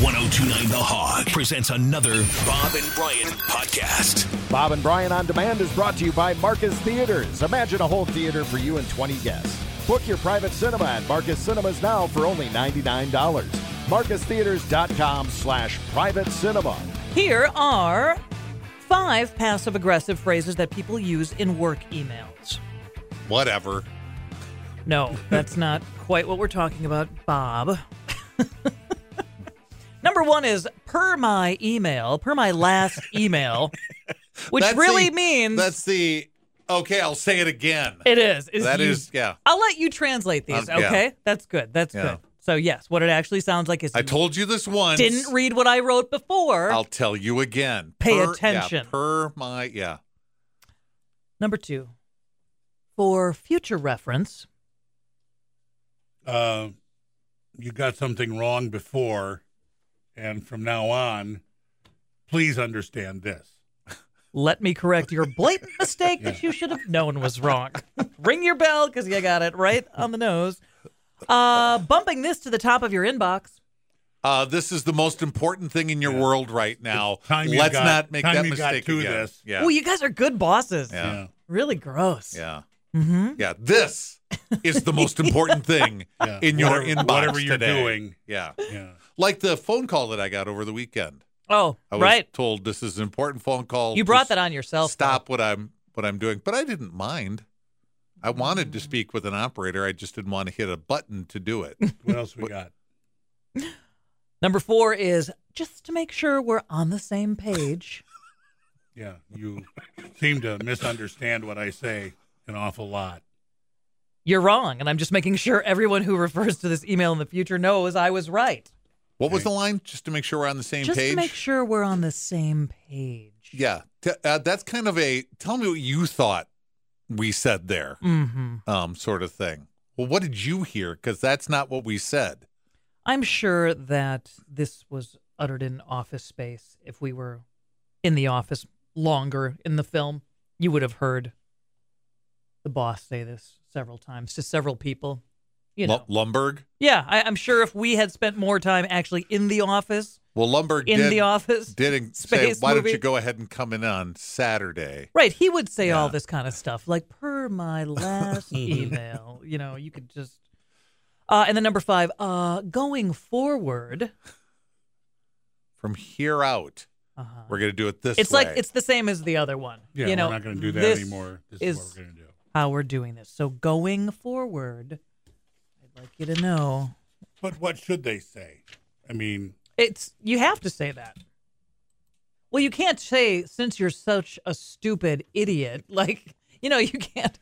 1029 The Hog presents another Bob and Brian podcast. Bob and Brian on Demand is brought to you by Marcus Theaters. Imagine a whole theater for you and 20 guests. Book your private cinema at Marcus Cinemas now for only $99. MarcusTheaters.com slash private cinema. Here are five passive aggressive phrases that people use in work emails. whatever. No, that's not quite what we're talking about, Bob. Number one is per my email, per my last email, which That's really the- means That's the okay. I'll say it again. it is. It's That you- is, yeah. I'll let you translate these, Um, yeah. okay? That's good. That's Yeah. good. So, yes, what it actually sounds like is I you told you this once. didn't read what I wrote before. I'll tell you again. Pay Per- yeah, attention. per my yeah. Number two, for future reference, uh, you got something wrong before, and from now on, please understand this. let me correct your blatant mistake that you should have known was wrong. Ring your bell because you got it right on the nose. Uh, bumping this to the top of your inbox. Uh, this is the most important thing in your world right now. time you Let's got- not make time that you got mistake to again. this. Yeah. Oh, you guys are good bosses. Yeah. Really gross. yeah. Mm-hmm. Yeah. This is the most important thing Yeah. in your Whatever- inbox whatever you're today. doing. Yeah. Yeah. Like the phone call that I got over the weekend. Oh, I was right. told this is an important phone call. You Just- brought that on yourself. though. stop what I'm what I'm doing. But I didn't mind. I wanted to speak with an operator. I just didn't want to hit a button to do it. What else we got? Number four is just to make sure we're on the same page. Yeah. You seem to misunderstand what I say an awful lot. You're wrong, and I'm just making sure everyone who refers to this email in the future knows I was right. What was the line? Just to make sure we're on the same just page. to make sure we're on the same page. Yeah, T- uh, that's kind of a tell me what you thought we said there, hmm um, sort of thing. Well, what did you hear? Because that's not what we said. I'm sure that this was uttered in office space. If we were in the office longer in the film, you would have heard the boss say this several times to several people. You know, Lu- Lumberg. yeah, I, I'm sure if we had spent more time actually in the office, Well, Lumberg in did, the office, did in- say, space "Why don't movie." you go ahead and come in on Saturday?" Right, he would say all Yeah. this kind of stuff, like per my last email. You know, you could just. Uh, and then number five, uh, going forward, From here out, uh-huh. we're going to do it this it's way. like it's the same as the other one. Yeah. you know, we're not going to do that this anymore. This is, is what we're going to do. how we're doing this. So going forward, I'd like you to know But what should they say? I mean, it's you have to say that. Well, you can't say since you're such a stupid idiot. Like you know, you can't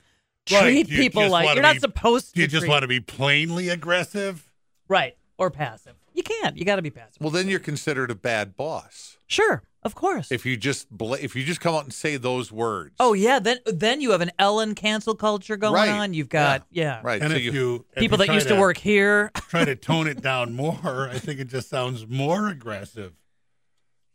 Right, treat you people just like wanna you're not be- supposed to. do you just treat- want to be plainly aggressive? right or passive? You can't. You got to be passive. well, then you're considered a bad boss. Sure, of course. if you just bla- if you just come out and say those words. oh yeah, then then you have an Ellen cancel culture going Right. on. You've got yeah, right. And so if you, you, if people you that try used to, work here. try to tone it down more, I think it just sounds more aggressive.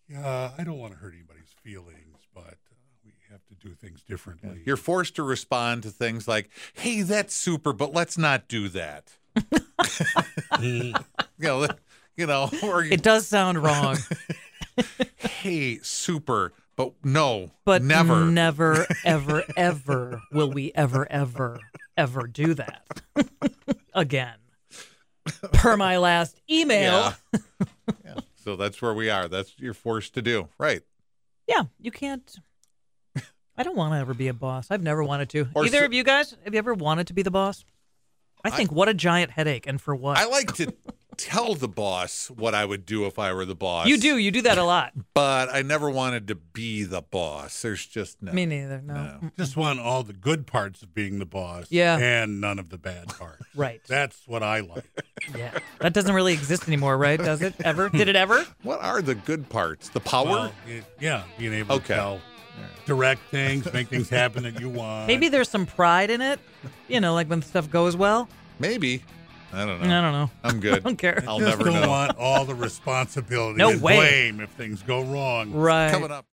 Yeah, I don't want to hurt anybody's feelings, but uh, we have to do things differently. you're forced to respond to things like, "Hey, that's super, but let's not do that." you know, you know, or It does sound wrong, hey, super, but no, but never. never, ever, ever will we ever, ever, ever do that again. Per my last email, yeah. yeah. So that's where we are. That's what you're forced to do, right? yeah, you can't. I don't want to ever be a boss. I've never wanted to. Or Either so- of you guys, have you ever wanted to be the boss? I think what a giant headache, and for what? I like to tell the boss what I would do if I were the boss. You do. You do that a lot. but I never wanted to be the boss. There's just no. Me neither. No. No. Mm. Just want all the good parts of being the boss, Yeah. and none of the bad parts. Right. That's what I like. Yeah. That doesn't really exist anymore, right? Does it? Ever? Did it ever? What are the good parts? The power. Well, it- yeah, being able Okay. to tell, direct things, make things happen that you want. Maybe there's some pride in it. You know, like when stuff goes well. Maybe. I don't I know. don't know. I'm good. Don't care. I'll just never don't know. want all the responsibility No and way. blame if things go wrong. Right. Coming up.